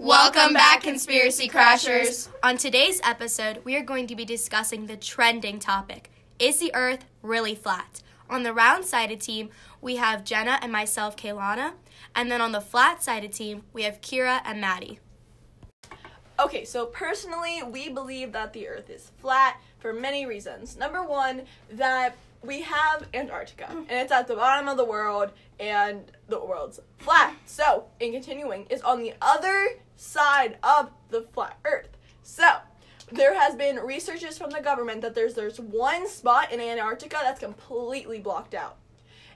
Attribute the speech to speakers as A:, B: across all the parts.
A: Welcome back, Conspiracy Crashers.
B: On today's episode, we are going to be discussing the trending topic Is the Earth really flat? On the round sided team, we have Jenna and myself, Kaylana. And then on the flat sided team, we have Kira and Maddie.
C: Okay, so personally, we believe that the Earth is flat for many reasons. Number one, that we have Antarctica, and it's at the bottom of the world, and the world's flat. So, in continuing, is on the other side of the flat Earth. So, there has been researches from the government that there's there's one spot in Antarctica that's completely blocked out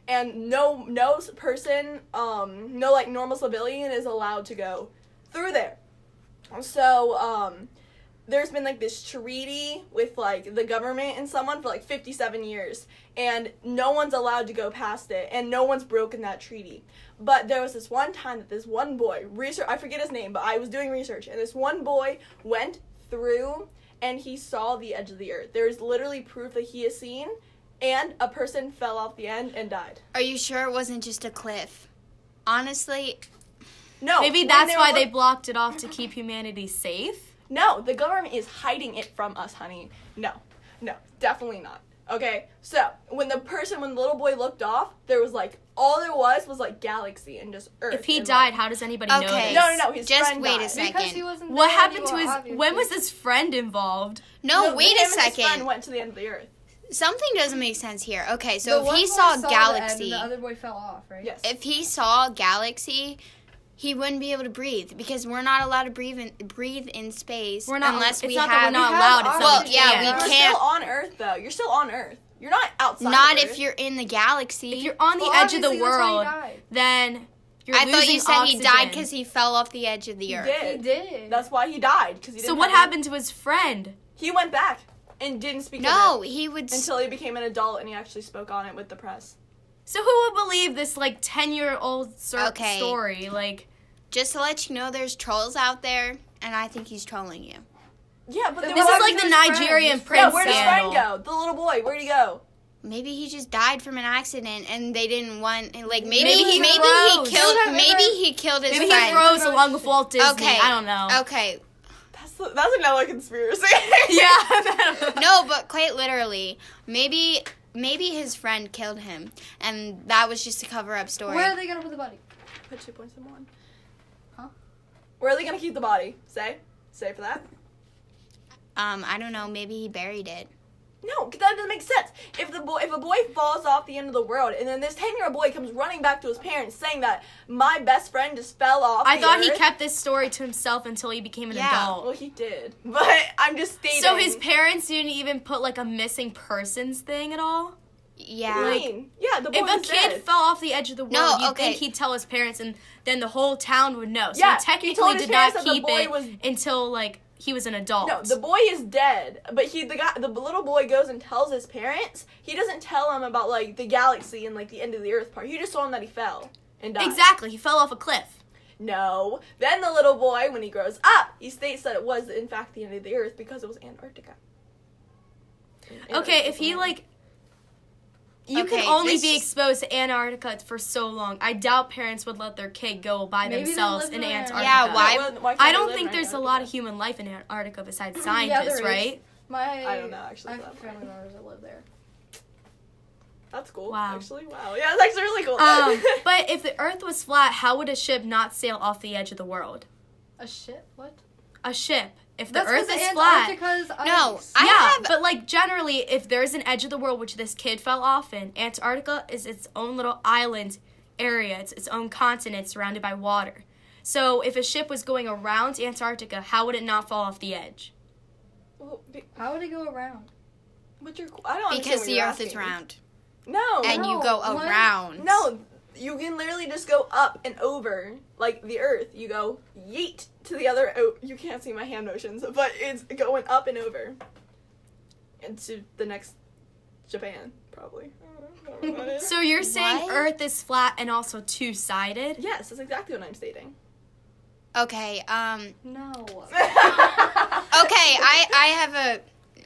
C: and no no person um no like normal civilian is allowed to go through there so um there's been like this treaty with like the government and someone for like 57 years and no one's allowed to go past it and no one's broken that treaty but there was this one time that this one boy research i forget his name but i was doing research and this one boy went through and he saw the edge of the earth there is literally proof that he has seen and a person fell off the end and died
A: Are you sure it wasn't just a cliff? Honestly,
C: no
B: Maybe
C: when
B: that's
C: they
B: why
C: were-
B: they blocked it off to keep humanity safe.
C: No, the government is hiding it from us, honey. No, no, definitely not. Okay, so when the person, when the little boy looked off, there was like all there was was like galaxy and just Earth.
B: If he
C: and,
B: died, how does anybody know?
C: like,
A: Okay.
C: no, no, no, his
A: Just
C: friend
A: wait a
C: died.
A: sec.
D: Because
A: second.
D: he wasn't
B: What
D: there
B: happened to
D: anymore,
B: his.
D: obviously.
B: When was his friend involved?
A: no,
C: No,
A: Oh, wait
C: him and
A: a
C: his friend
A: second.
C: went to the end of the Earth.
A: Something doesn't make sense here. Okay,
D: The
A: so if
D: one
A: he
D: boy
A: saw,
D: the end
A: galaxy,
D: and the other boy fell off, right?
C: Yes.
A: if he saw galaxy, he wouldn't be able to breathe because we're not allowed to breathe in, breathe in space
B: We're not.
A: unless
B: it's
A: we
B: not that
A: have
B: we're not
D: We have
B: allowed. It's
A: Well,
B: not that we
A: yeah,
B: can't.
A: we
C: you're
A: can't-
C: still on Earth though. You're still on Earth. You're not outside.
A: not
C: of
A: if
C: Earth.
A: you're in the galaxy.
B: If you're on the
D: Well,
B: edge of the
D: obviously, that's why he
B: world,
D: died.
B: then you're
A: I
B: losing
A: thought you said
B: oxygen.
A: he died because he fell off the edge of the
C: He
A: earth.
D: He
C: did.
D: did.
C: That's why he died. Cause he didn't
B: So what
C: have any-
B: happened to his friend?
C: He went back and didn't speak.
A: No,
C: on it
A: he would. s
C: until he became an adult and he actually spoke on it with the press.
B: So who would believe this like ten year old sir-
A: Okay.
B: story? Like
A: just to let you know, there's trolls out there, and I think he's trolling you.
C: Yeah, but there
B: this
C: was
B: is like the Nigerian
C: yeah.
B: prince
C: Where did his
B: scandal.
C: friend go? The little boy. Where'd he go?
A: Maybe he just died from an accident, and they didn't want. and, Like maybe
B: Maybe
A: he,
B: he
A: maybe
B: froze.
A: he killed.
D: Maybe-
A: Maybe he killed his
B: Maybe he
A: friend.
B: froze along with Walt Disney.
A: Okay.
B: I don't know.
A: Okay,
C: That's that's another conspiracy.
B: Yeah. I don't know.
A: no, but quite literally, maybe maybe his friend killed him, and that was just a cover up story.
D: Where are they gonna put the body?
C: Put two points in one.
D: Huh?
C: Where are they gonna keep the body? Say, say for that.
A: um, I don't know. Maybe he buried it.
C: No, 'cause that doesn't make sense. If the boy, if a boy falls off the end of the world, and then this ten-year-old boy comes running back to his parents saying that my best friend just fell off.
B: I
C: the
B: thought he
C: earth."
B: kept this story to himself until he became an
A: Yeah.
C: Well,
B: adult.
C: he did, but I'm just stating.
B: So his parents didn't even put like a missing persons thing at all.
A: Yeah.
C: What do you
B: like,
C: mean? yeah, the boy
B: If a
C: was
B: kid
C: dead.
B: fell off the edge of the world,
A: No,
B: you'd
A: okay.
B: think he'd tell his parents, and then the whole town would know. So
C: Yeah,
B: he
C: he
B: technically
C: told his
B: did not
C: parents that the
B: keep
C: boy
B: it
C: was-
B: until like he was an adult.
C: No, the boy is dead, but he the guy the little boy goes and tells his parents. He doesn't tell him about like the galaxy and like the end of the earth part. He just told him that he fell and died.
B: exactly, he fell off a cliff.
C: No. Then the little boy, when he grows up, he states that it was in fact the end of the earth because it was Antarctica.
B: Okay, if he like. You
A: Okay,
B: can only
A: this-
B: be exposed to Antarctica for so long. I doubt parents would let their kid go by
D: Maybe they
B: themselves
D: live
B: in
D: there. Yeah,
B: Antarctica.
A: Yeah, why-
B: I don't think there's a lot of human life in Antarctica besides
D: Yeah, there
B: scientists,
D: is.
B: right?
D: My
C: I don't know, actually,
D: I
C: but-
D: have family members that live there.
C: That's cool.
B: Wow.
C: Actually, wow. Yeah, it's actually really cool.
B: Um, but if the Earth was flat, how would a ship not sail off the edge of the world?
D: A ship? What?
B: A ship. If the
D: That's 'cause
B: Earth is flat,
D: Antarctica's ice.
A: No, I
B: yeah,
A: have
B: but like generally, if there's an edge of the world, which this kid fell off in, Antarctica is its own little island area. It's its own continent surrounded by water. So if a ship was going around Antarctica, how would it not fall off the edge?
C: Well, be-
D: How would it go around?
C: but you're. I don't understand
A: because
C: what
A: the
C: you're
A: earth is
C: asking.
A: round
C: No.
A: and you
D: No,
A: go
D: what?
A: around.
C: No, you can literally just go up and over like the earth. You go yeet to the other. Oh, you can't see my hand motions, but it's going up and over. And to the next Japan, probably. I don't know, I don't know what it is.
B: So you're saying
A: What?
B: Earth is flat and also two sided?
C: yes, that's exactly what I'm stating.
A: Okay. Um.
D: No.
C: okay,
A: Okay. I I have a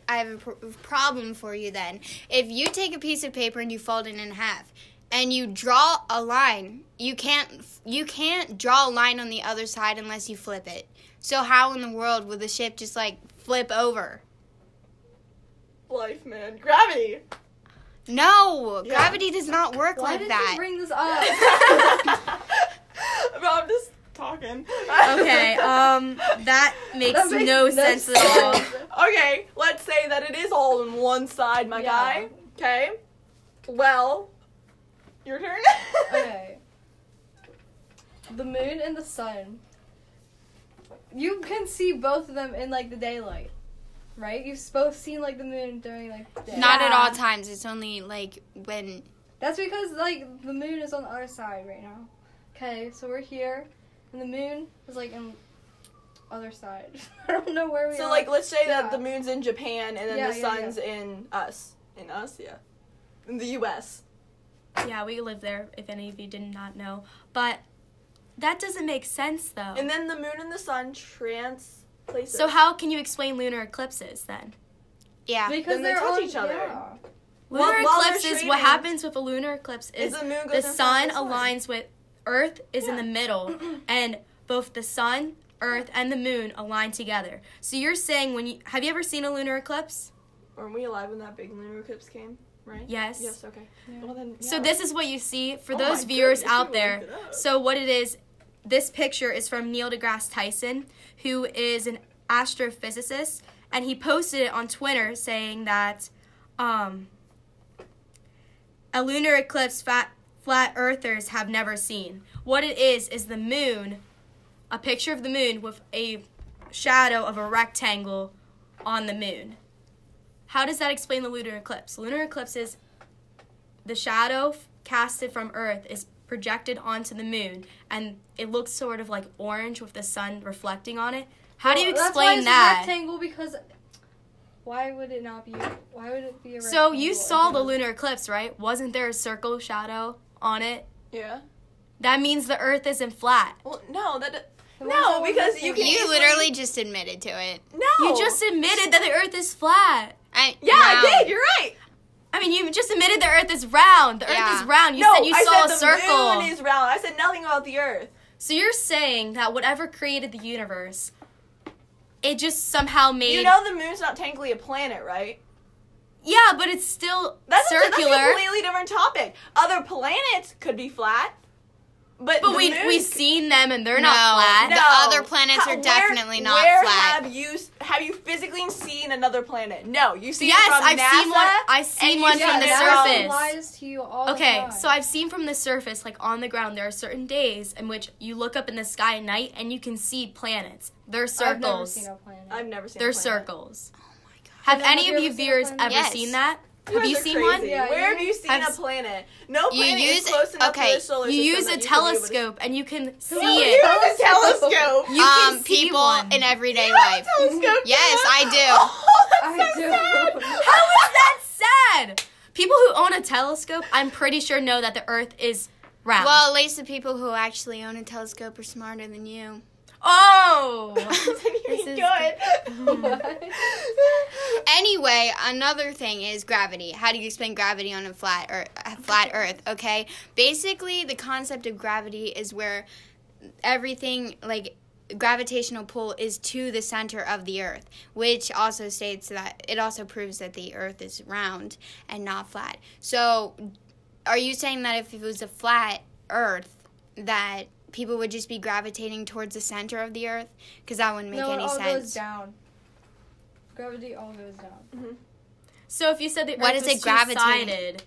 A: I have a pr- problem for you then. If you take a piece of paper and you fold it in half, and you draw a line. You can't you can't draw a line on the other side unless you flip it. So how in the world would the ship just like flip over?
C: Life, man. Gravity.
A: No,
C: Yeah.
A: gravity does not work
D: Why
A: like
D: did
A: that.
D: you bring this up?
C: Bro, I'm just talking.
B: Okay, um, that makes,
D: That makes
B: no
D: no
B: sense at all.
C: Okay, let's say that it is all on one side, my
D: Yeah.
C: guy. Okay. Well, your turn.
D: okay. The moon and the sun. You can see both of them in like the daylight, right? You've both seen like the moon during like the day.
A: Not at
B: Yeah.
A: all times. It's only like when
D: That's because like the moon is on the other side right now. Okay, so we're here, and the moon is like in other side. I don't know where we
C: So,
D: are.
C: like, let's say that
D: Yeah.
C: the moon's in Japan and then
D: Yeah,
C: the
D: yeah,
C: sun's in us. In us, yeah. In the U.S.
B: Yeah, we live there, if any of you did not know. But that doesn't make sense,
D: Oh.
B: though.
C: And then the moon and the sun trans. Places.
B: so, how can you explain lunar eclipses then?
A: yeah.
D: because
C: Then they
D: they're
C: touch
D: on,
C: each other.
D: yeah.
C: Well,
B: Lunar
C: while they're
B: eclipses, what
C: trading-
B: happens with a lunar eclipse
C: is
B: is
C: the moon
B: the
C: goes in front of
B: sun
C: the
B: aligns with Earth is in
C: Yeah.
B: the middle, and both the sun, Earth, and the moon align together. So you're saying when you have you ever seen a lunar eclipse?
C: Weren't we alive when that big lunar eclipse came? Right.
B: Yes.
C: Yes. Okay. Well then.
B: So
C: yeah.
B: this is what you see for
C: Oh my
B: those viewers
C: goodness,
B: out
C: you
B: there.
C: looked it up.
B: So what it is, this picture is from Neil deGrasse Tyson, who is an astrophysicist, and he posted it on Twitter saying that um, a lunar eclipse fat, flat earthers have never seen. What it is is the moon, a picture of the moon with a shadow of a rectangle on the moon. How does that explain the lunar eclipse? Lunar eclipses the shadow f- casted from Earth is projected onto the moon, and it looks sort of like orange with the sun reflecting on it. How do you
D: Well, that's why
B: explain
D: it's
B: that?
D: A rectangle because why would it not be? Why would it be a rectangle?
B: So you saw the lunar eclipse, right? Wasn't there a circle shadow on it?
C: Yeah.
B: That means the Earth isn't flat.
C: Well, no. That.
D: The ones
C: No,
D: that were
C: because you
D: missing.
C: can.
A: You
C: easily-
A: literally just admitted to it.
C: No.
B: You just admitted that the Earth is flat.
A: I,
C: Yeah,
A: wow.
C: I did. You're right.
B: I mean, you just admitted the Earth is round. The Earth
A: Yeah.
B: is round. You
C: no,
B: said you
C: I
B: saw
C: said
B: a circle.
C: the moon is round. I said nothing about the Earth.
B: so you're saying that whatever created the universe, it just somehow made.
C: You know the moon's not technically a planet, right?
B: yeah, but it's still
C: That's a, that's a
B: circular.
C: completely different topic. Other planets could be flat, but
B: but
C: the
B: we
C: moon
B: we seen them and they're
A: No.
B: not flat.
A: The
C: No.
A: other planets
C: How-
A: are
C: where-
A: definitely not
C: where
A: flat.
C: have you s- have you physically seen another planet? No, you see
B: Yes,
C: it from
B: I've
C: NASA,
B: seen one. I've seen
C: you
B: one
C: see
B: from
C: it
B: the
C: now.
B: surface.
D: Lies to you
C: Oh
D: all
B: Okay,
D: the time.
B: so I've seen from the surface, like on the ground, there are certain days in which you look up in the sky at night and you can see planets. They're
D: I've never
B: circles.
D: seen a planet.
C: I've never seen.
B: They're
C: a planet.
B: circles.
A: my God.
B: Have
D: Has
B: any
D: anybody
B: of you
D: ever seen a
B: viewers
D: planet?
B: ever
A: Yes.
B: seen that?
C: You
B: Have
C: guys
B: you
C: are
B: seen
C: crazy.
B: one?
D: Yeah,
C: Where
D: you
C: have you seen
B: have
C: a
B: s-
C: planet? No
A: You
C: planet is
A: use-
C: close enough
A: okay,
C: to the solar
B: You
C: system
B: use a
C: that you should be able
B: telescope and you can see
C: to- You
B: it.
C: use a telescope.
B: You can see
A: um, people
B: one.
A: in everyday
C: You have a
A: life.
C: telescope,
A: Yes,
C: Jenna?
A: I do.
C: Oh, that's
D: I
C: so
D: do.
C: sad.
B: How is that sad? People who own a telescope, I'm pretty sure know that the Earth is round.
A: Well, at least the people who actually own a telescope are smarter than you.
B: oh.
C: this
B: is
D: What?
A: Anyway, another thing is gravity. How do you explain gravity on a flat or a flat Earth? Okay, basically the concept of gravity is where everything like gravitational pull is to the center of the Earth, which also states that it also proves that the Earth is round and not flat. So, are you saying that if it was a flat Earth, that people would just be gravitating towards the center of the Earth? Because that wouldn't make
D: no, it
A: any
D: all
A: sense.
D: goes down. Gravity all goes down.
B: So if you said the
A: What
B: Earth
A: is
B: was
A: it gravitating?
B: two-sided,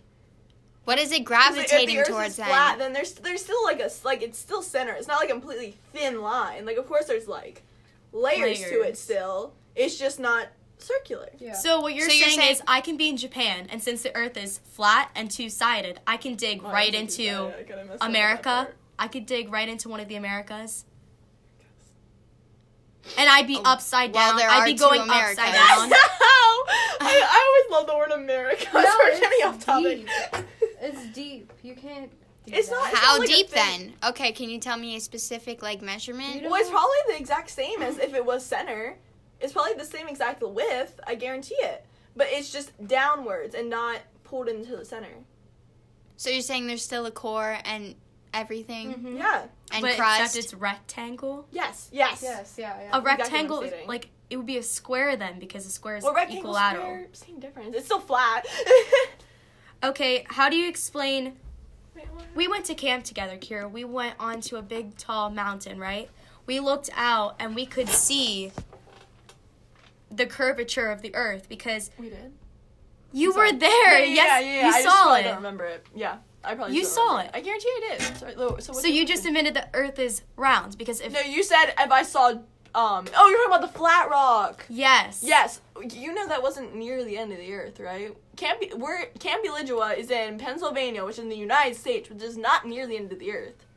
A: What is it
C: If the- if
A: gravitating
C: the Earth
A: towards
C: is flat,
A: then?
C: then there's there's still like a s- like it's still center. It's not like a completely thin line. Like of course there's like layers, to it
B: Layers.
C: still. It's just not circular.
D: Yeah.
B: So what you're,
A: So you're
B: saying,
A: saying-
B: is I can be in Japan and since the earth is flat and two-sided, I can dig
C: Oh, I
B: right
C: didn't do
B: into
C: that. I kinda messed up that
B: America.
C: part.
B: I could dig right into one of the Americas. And I'd be
C: Oh,
B: upside
A: well,
B: down.
A: there
B: I'd
A: are
B: be
A: two
B: going
A: Americas.
B: upside
C: That's
B: down.
C: how I, I always love the word America.
D: No,
C: so we're
D: it's
C: getting off topic.
D: deep. It's deep. You can't. Do
C: It's
D: that.
C: not- it's
A: How
C: like a
A: deep
C: thing.
A: then? Okay, can you tell me a specific like
D: You
A: measurement?
D: don't-
C: Well, it's probably the exact same as if it was center. It's probably the same exact width. I guarantee it. But it's just downwards and not pulled into the center.
A: So you're saying there's still a core and everything
D: Mhm.
C: Yeah.
A: and
B: but
A: crust.
B: except it's rectangle.
C: Mm-hmm. Yes. Yes.
D: Yes, yeah, yeah.
B: A
C: what I'm
B: rectangle, is
C: stating.
B: like it would be a square then, because a square is
C: Well, rectangle,
B: equilateral.
C: square, same difference. It's still flat.
B: Okay, how do you explain?
C: Wait, what?
B: We went to camp together, Kira. We went onto a big, tall mountain, right? We looked out and we could see the curvature of the Earth because
C: we did.
B: you
C: I'm sorry.
B: were there.
C: Yeah, yeah,
B: yes,
C: yeah, yeah, I
B: you
C: just
B: saw
C: probably
B: it.
C: don't remember it. Yeah, I probably.
B: You
C: don't
B: saw
C: remember
B: it.
C: I guarantee it is. Sorry, Lo- So, what's
B: So you
C: your-
B: just admitted the Earth is round because if
C: No, you said if I saw. Um. Oh, you're talking about the flat rock.
B: yes,
C: Yes, you know that wasn't near the end of the earth, right? Camp we're Camp Elijua is in Pennsylvania, which is in the United States, which is not near the end of the earth.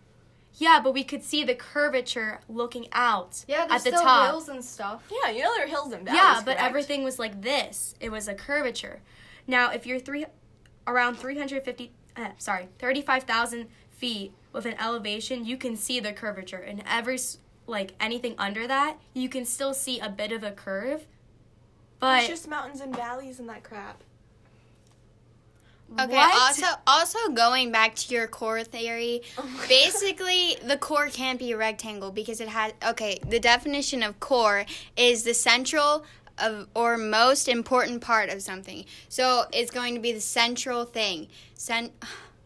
B: yeah, but we could see the curvature looking out
D: yeah,
B: at
D: there's
B: the
D: still
B: top.
D: hills and stuff.
C: Yeah, you know there are hills and valleys.
B: yeah, but
C: correct?
B: everything was like this. It was a curvature. Now, if you're three, around 350, uh, sorry, 35,000 feet with an elevation, you can see the curvature. And every, s- like anything under that, you can still see a bit of a curve. But
C: it's just mountains and valleys and that crap.
A: Okay.
B: what?
A: Also, also going back to your core theory,
C: Oh
A: basically the core can't be a rectangle because it has. Okay, the definition of core is the central of or most important part of something. So it's going to be the central thing. Cent.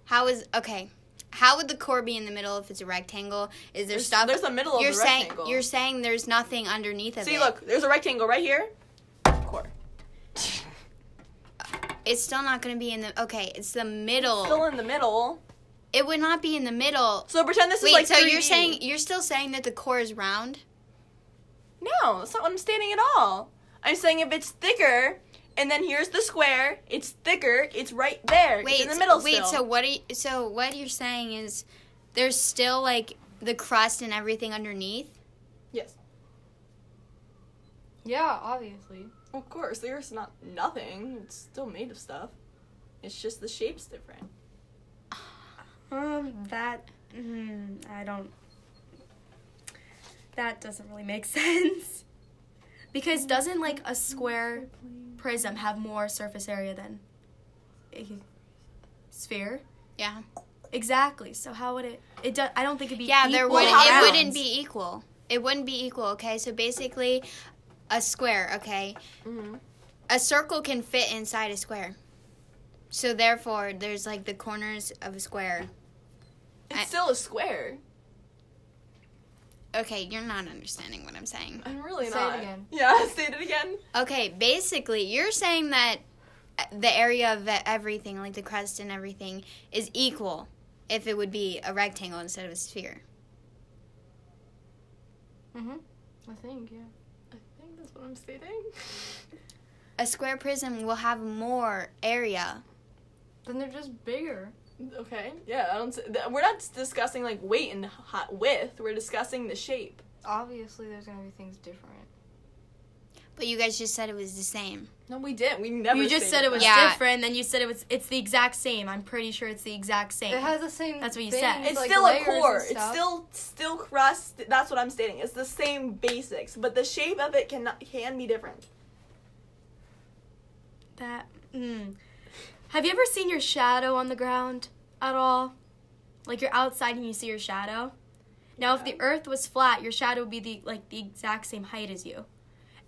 A: How is okay? How would the core be in the middle if it's a rectangle? Is there
C: There's-
A: stuff?
C: there's a middle of
A: you're
C: the
A: saying,
C: rectangle.
A: You're saying there's nothing underneath of it.
C: See, look, there's a rectangle right here. Core.
A: it's still not going to be in the. Okay, it's the middle.
C: Still in the middle.
A: it would not be in the middle
C: So pretend this
A: Wait,
C: is like
A: so
C: 3D.
A: you're saying you're still saying that the core is round?
C: No, that's not what I'm stating at all. I'm saying if it's thicker, and then here's the square, it's thicker, it's right there.
A: Wait,
C: it's in the middle
A: wait.
C: still.
A: So what? Are you, so what you're saying is there's still like the crust and everything underneath.
C: Yes.
D: Yeah, obviously.
C: Of course, the Earth's not nothing. It's still made of stuff. It's just the shape's different.
B: um, that, mm, I don't, that doesn't really make sense. Because doesn't like a square prism have more surface area than a sphere?
A: Yeah.
B: Exactly. So how would it? It do, I don't think it'd be.
A: Yeah. There
B: equal
A: would
C: how
A: not
B: rounds.
A: it wouldn't be equal. It wouldn't be equal. Okay. So basically, a square. Okay.
C: Mm-hmm.
A: A circle can fit inside a square. So therefore, there's like the corners of a square.
C: It's
A: I-
C: still a square.
A: Okay, you're not understanding what I'm saying.
C: I'm really
D: Say it
C: not.
D: again.
C: Yeah, say it again.
A: Okay, basically, you're saying that uh, the area of the- everything, like the crust and everything, is equal if it would be a rectangle instead of a sphere.
D: Mm-hmm. I think, yeah.
C: I think that's what I'm stating.
A: A square prism will have more area.
D: Then they're just bigger.
C: Okay. Yeah, I don't. s- th- We're not discussing like weight and hot width. We're discussing the shape.
D: Obviously, there's gonna be things different.
A: But you guys just said it was the same.
C: No, we didn't. We never.
B: You just said it was
A: Yeah.
B: different. Then you said it was. It's the exact same. I'm pretty sure it's the exact same.
D: It has the same.
B: That's what you
D: things,
B: said.
C: It's
D: like,
C: still a
D: layers and
C: core. It's
D: stuff.
C: still still crust. That's what I'm stating. It's the same basics, but the shape of it can can be different.
B: that. Mm. Have you ever seen your shadow on the ground at all? Like you're outside and you see your shadow. Now, if
C: Yeah.
B: the Earth was flat, your shadow would be the like the exact same height as you.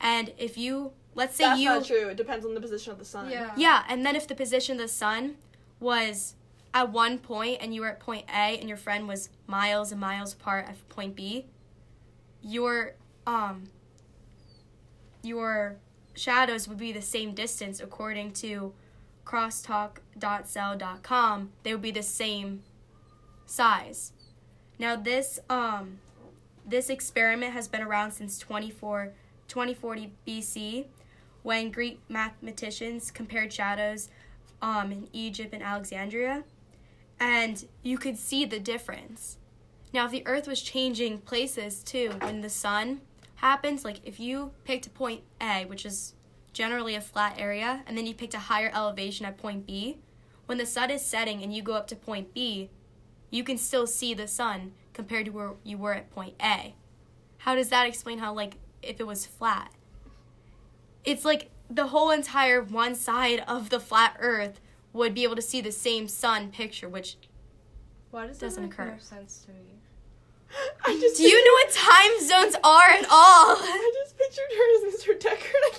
B: And if you, let's say
C: That's
B: you,
C: not true. It depends on the position of the sun.
D: Yeah.
B: Yeah, and then if the position of the sun was at one point and you were at point A and your friend was miles and miles apart at point B, your um your shadows would be the same distance according to crosstalk.cell.com. They would be the same size. Now this um this experiment has been around since 24 2040 BC when Greek mathematicians compared shadows um, in Egypt and Alexandria, and you could see the difference. Now, if the Earth was changing places too, when the sun happens, like if you picked a point A, which is generally a flat area, and then you picked a higher elevation at point B, when the sun is setting and you go up to point B, you can still see the sun compared to where you were at point A. How does that explain how, like, if it was flat? it's like the whole entire one side of the flat earth would be able to see the same sun picture, which
D: Why does
B: Doesn't
D: that make
B: occur.
D: No sense to me.
C: I just
B: do you know what time zones are at all?
C: I just pictured her as Mr. Decker, and I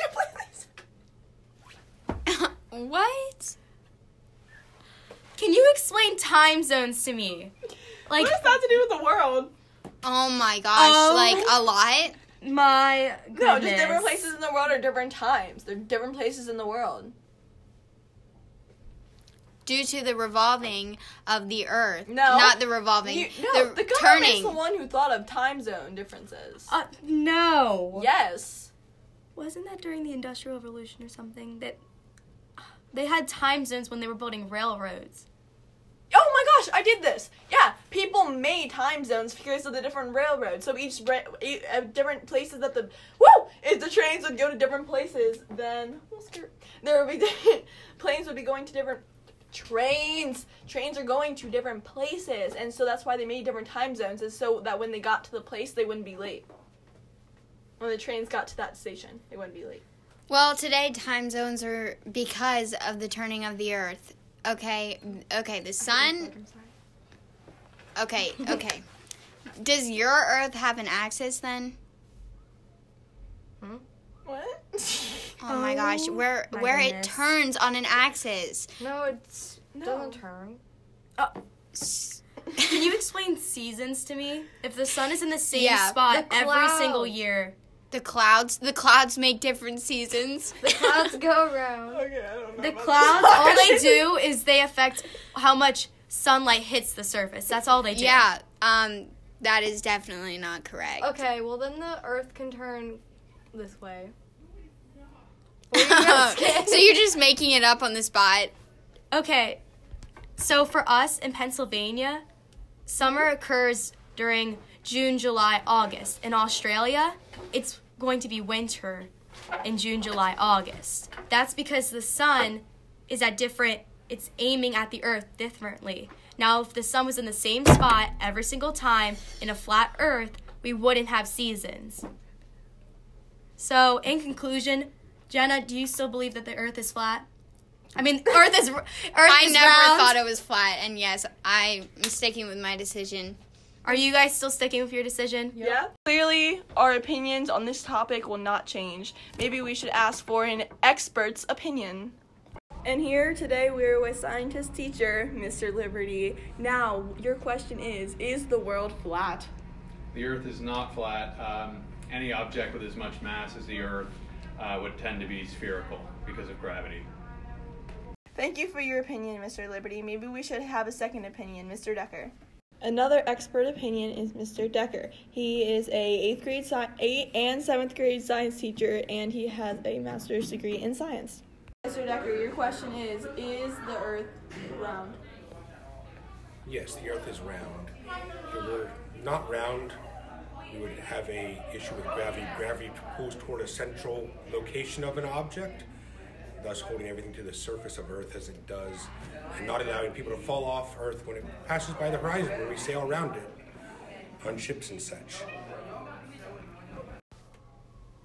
C: can't believe this.
A: what?
B: Can you explain time zones to me? Like
C: what does that to do with the world?
A: Oh my gosh,
B: Um,
A: like a lot?
B: my goodness.
C: No, just different places in the world are different times. They're different places in the world.
A: Due to the revolving of the earth.
C: No.
A: Not the revolving.
C: You, no,
A: the,
C: the government's
A: turning.
C: the one who thought of time zone differences.
B: Uh, no.
C: yes.
B: Wasn't that during the Industrial Revolution or something that uh, they had time zones when they were building railroads?
C: Oh my gosh, I did this. Yeah, people made time zones because of the different railroads. So each ra- e- uh, different places that the woo if the trains would go to different places, then oh, skirt. there would be planes would be going to different trains. Trains are going to different places, and so that's why they made different time zones, is so that when they got to the place, they wouldn't be late. When the trains got to that station, they wouldn't be late.
A: Well, today time zones are because of the turning of the earth. Okay, okay, the sun. Okay, okay. Does your earth have an axis then?
C: What?
A: Oh my gosh,
B: Oh
A: where
B: my
A: where it
B: goodness.
A: turns on an axis.
D: No, it
C: No.
D: doesn't turn.
A: S-
B: Can you explain seasons to me? If the sun is in the same
A: Yeah,
B: spot
D: the
B: every single
D: clouds.
B: year,
A: The clouds, the clouds make different seasons.
D: The clouds go round.
C: okay, I don't know.
B: the
C: about
B: clouds,
C: this.
B: all they do is they affect how much sunlight hits the surface. That's all they do.
A: Yeah, um that is definitely not correct.
D: Okay, well then the Earth can turn this way. What are you guys kidding?
A: so you're just making it up on the spot.
B: Okay. So for us in Pennsylvania, summer occurs during June, July, August. In Australia, it's going to be winter in June, July, August. That's because the sun is at different it's aiming at the earth differently. Now, if the sun was in the same spot every single time in a flat earth, we wouldn't have seasons. So, in conclusion, Jenna, do you still believe that the earth is flat? I mean, earth is r- earth
A: I
B: is
A: never
B: round.
A: thought it was flat, and yes, I'm sticking with my decision.
B: Are you guys still sticking with your decision?
C: Yeah. Clearly, our opinions on this topic will not change. Maybe we should ask for an expert's opinion. And here today we're with scientist teacher Mr. Liberty. Now, your question is Is the world flat?
E: The Earth is not flat. Um, any object with as much mass as the Earth uh, would tend to be spherical because of gravity.
C: Thank you for your opinion, Mr. Liberty. Maybe we should have a second opinion, Mr. Decker. Another expert opinion is Mr. Decker. He is a eighth grade sci- eighth and seventh grade science teacher, and he has a master's degree in science. Mr. Decker, your question is: Is the Earth round?
F: Yes, the Earth is round. If it were not round, we would have a issue with gravity. Gravity pulls toward a central location of an object, thus holding everything to the surface of Earth as it does, and not allowing people to fall off Earth when it passes by the horizon, when we sail around it on ships and such.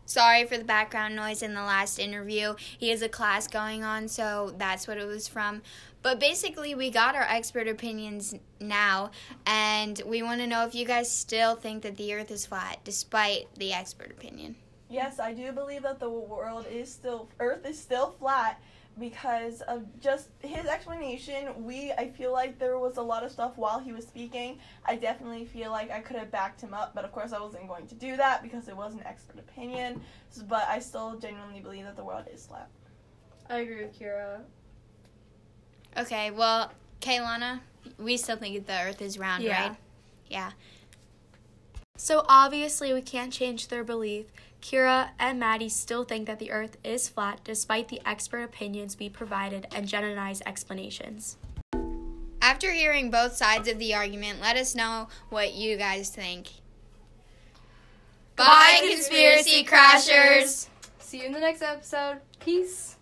A: Sorry for the background noise in the last interview. He has a class going on, so that's what it was from. But basically, we got our expert opinions now, and we want to know if you guys still think that the Earth is flat, despite the expert opinion.
C: Yes, I do believe that the world is still Earth is still flat because of just his explanation. We I feel like there was a lot of stuff while he was speaking. I definitely feel like I could have backed him up, but of course I wasn't going to do that because it was an expert opinion. S- But I still genuinely believe that the world is flat.
D: I agree with Kira.
A: Okay, well, Kaylana, we still think the Earth is round,
B: Yeah.
A: right? Yeah.
B: So obviously, we can't change their belief. Kira and Maddie still think that the Earth is flat, despite the expert opinions we provided and Jenna and I's explanations.
A: After hearing both sides of the argument, let us know what you guys think.
B: Bye, conspiracy crashers.
D: See you in the next episode. Peace.